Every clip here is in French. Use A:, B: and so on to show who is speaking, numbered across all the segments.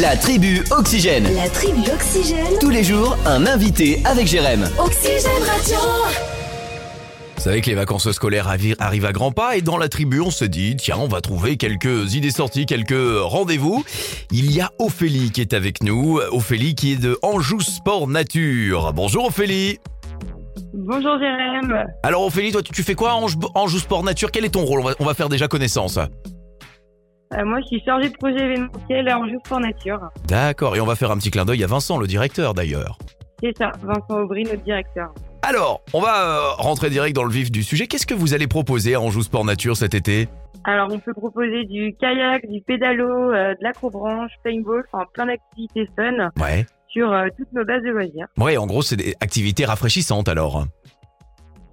A: La tribu Oxygène.
B: La tribu Oxygène.
A: Tous les jours, un invité avec Jérém.
B: Oxygène Radio.
C: Vous savez que les vacances scolaires arri- arrivent à grands pas et dans la tribu, on se dit, tiens, on va trouver quelques idées sorties, quelques rendez-vous. Il y a Ophélie qui est avec nous. Ophélie qui est de Anjou Sport Nature. Bonjour Ophélie.
D: Bonjour Jérém.
C: Alors Ophélie, toi, tu, tu fais quoi à Ange- Anjou Sport Nature Quel est ton rôle on va, on va faire déjà connaissance.
D: Euh, moi, je suis chargée de projet événementiel à Anjou pour Nature.
C: D'accord, et on va faire un petit clin d'œil à Vincent, le directeur d'ailleurs.
D: C'est ça, Vincent Aubry, notre directeur.
C: Alors, on va euh, rentrer direct dans le vif du sujet. Qu'est-ce que vous allez proposer à Anjou Sport Nature cet été
D: Alors, on peut proposer du kayak, du pédalo, euh, de l'acrobranche, paintball, enfin plein d'activités fun
C: Ouais.
D: sur euh, toutes nos bases de loisirs.
C: Ouais, en gros, c'est des activités rafraîchissantes alors.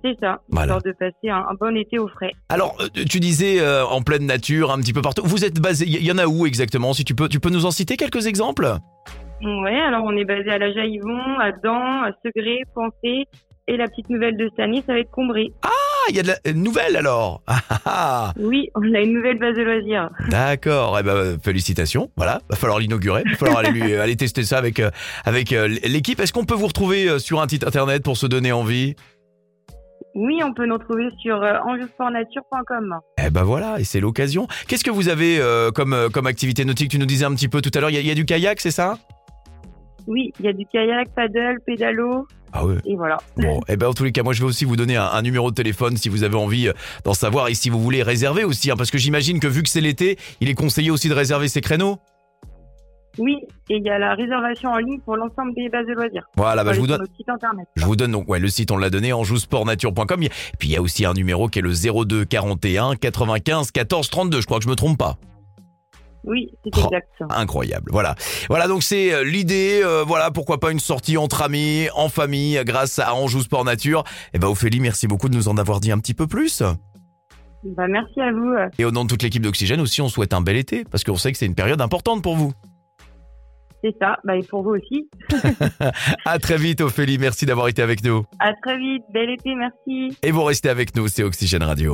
D: C'est ça,
C: Voilà.
D: histoire de passer un, un bon été au frais.
C: Alors, euh, tu disais euh, en pleine nature, un petit peu partout. Vous êtes basé, il y, y en a où exactement Si tu peux, tu peux nous en citer quelques exemples Ah,
D: Ouais, alors on est basé à La Jaillevon, à Dans, à Segré, Pensée. Et la petite nouvelle de cette année, ça va être Combré.
C: Ah, il y a de la euh, nouvelle alors. Ah, ah, ah.
D: Oui, on a une nouvelle base de loisirs.
C: D'accord. Eh ben, euh, félicitations. Voilà, va falloir l'inaugurer. Va falloir aller, lui- aller tester ça avec euh, avec euh, l'équipe. Est-ce qu'on peut vous retrouver euh, sur un site internet pour se donner envie
D: Oui, on peut nous retrouver sur euh, anjousportnature.com.
C: Eh ben voilà, et c'est l'occasion. Qu'est-ce que vous avez euh, comme euh, comme activité nautique Tu nous disais un petit peu tout à l'heure. Il y a- il y, a du kayak, c'est ça
D: Oui, il y a du kayak, paddle, pédalo,
C: Ah ouais.
D: et voilà.
C: Bon, et ben en tous les cas, moi je vais aussi vous donner un, un numéro de téléphone si vous avez envie euh, d'en savoir et si vous voulez réserver aussi, hein, parce que j'imagine que vu que c'est l'été, il est conseillé aussi de réserver ses créneaux.
D: Oui, et il y a la réservation en ligne pour l'ensemble des bases de loisirs.
C: Voilà, bah,
D: Allez
C: je vous
D: sur
C: donne.
D: notre site internet.
C: Je vous donne donc ouais, le site, on l'a donné, anjousportnature.com. Et Puis il y a aussi un numéro qui est le 02 41 95 14 32. Je crois que je me trompe pas.
D: Oui, c'est
C: Oh.
D: exact.
C: Incroyable. Voilà. Voilà, donc c'est euh, l'idée. euh, voilà, pourquoi pas une sortie entre amis, en famille, euh, grâce à Anjou Sport Nature. Et ben Ophélie, merci beaucoup de nous en avoir dit un petit peu plus.
D: Bah, merci à vous.
C: Et au nom de toute l'équipe d'Oxygène aussi, on souhaite un bel été, parce qu'on sait que c'est une période importante pour vous.
D: C'est ça. Bah, et pour vous aussi.
C: À très vite, Ophélie. Merci d'avoir été avec nous.
D: À très vite. Bel été. Merci.
C: Et vous restez avec nous, c'est Oxygène Radio.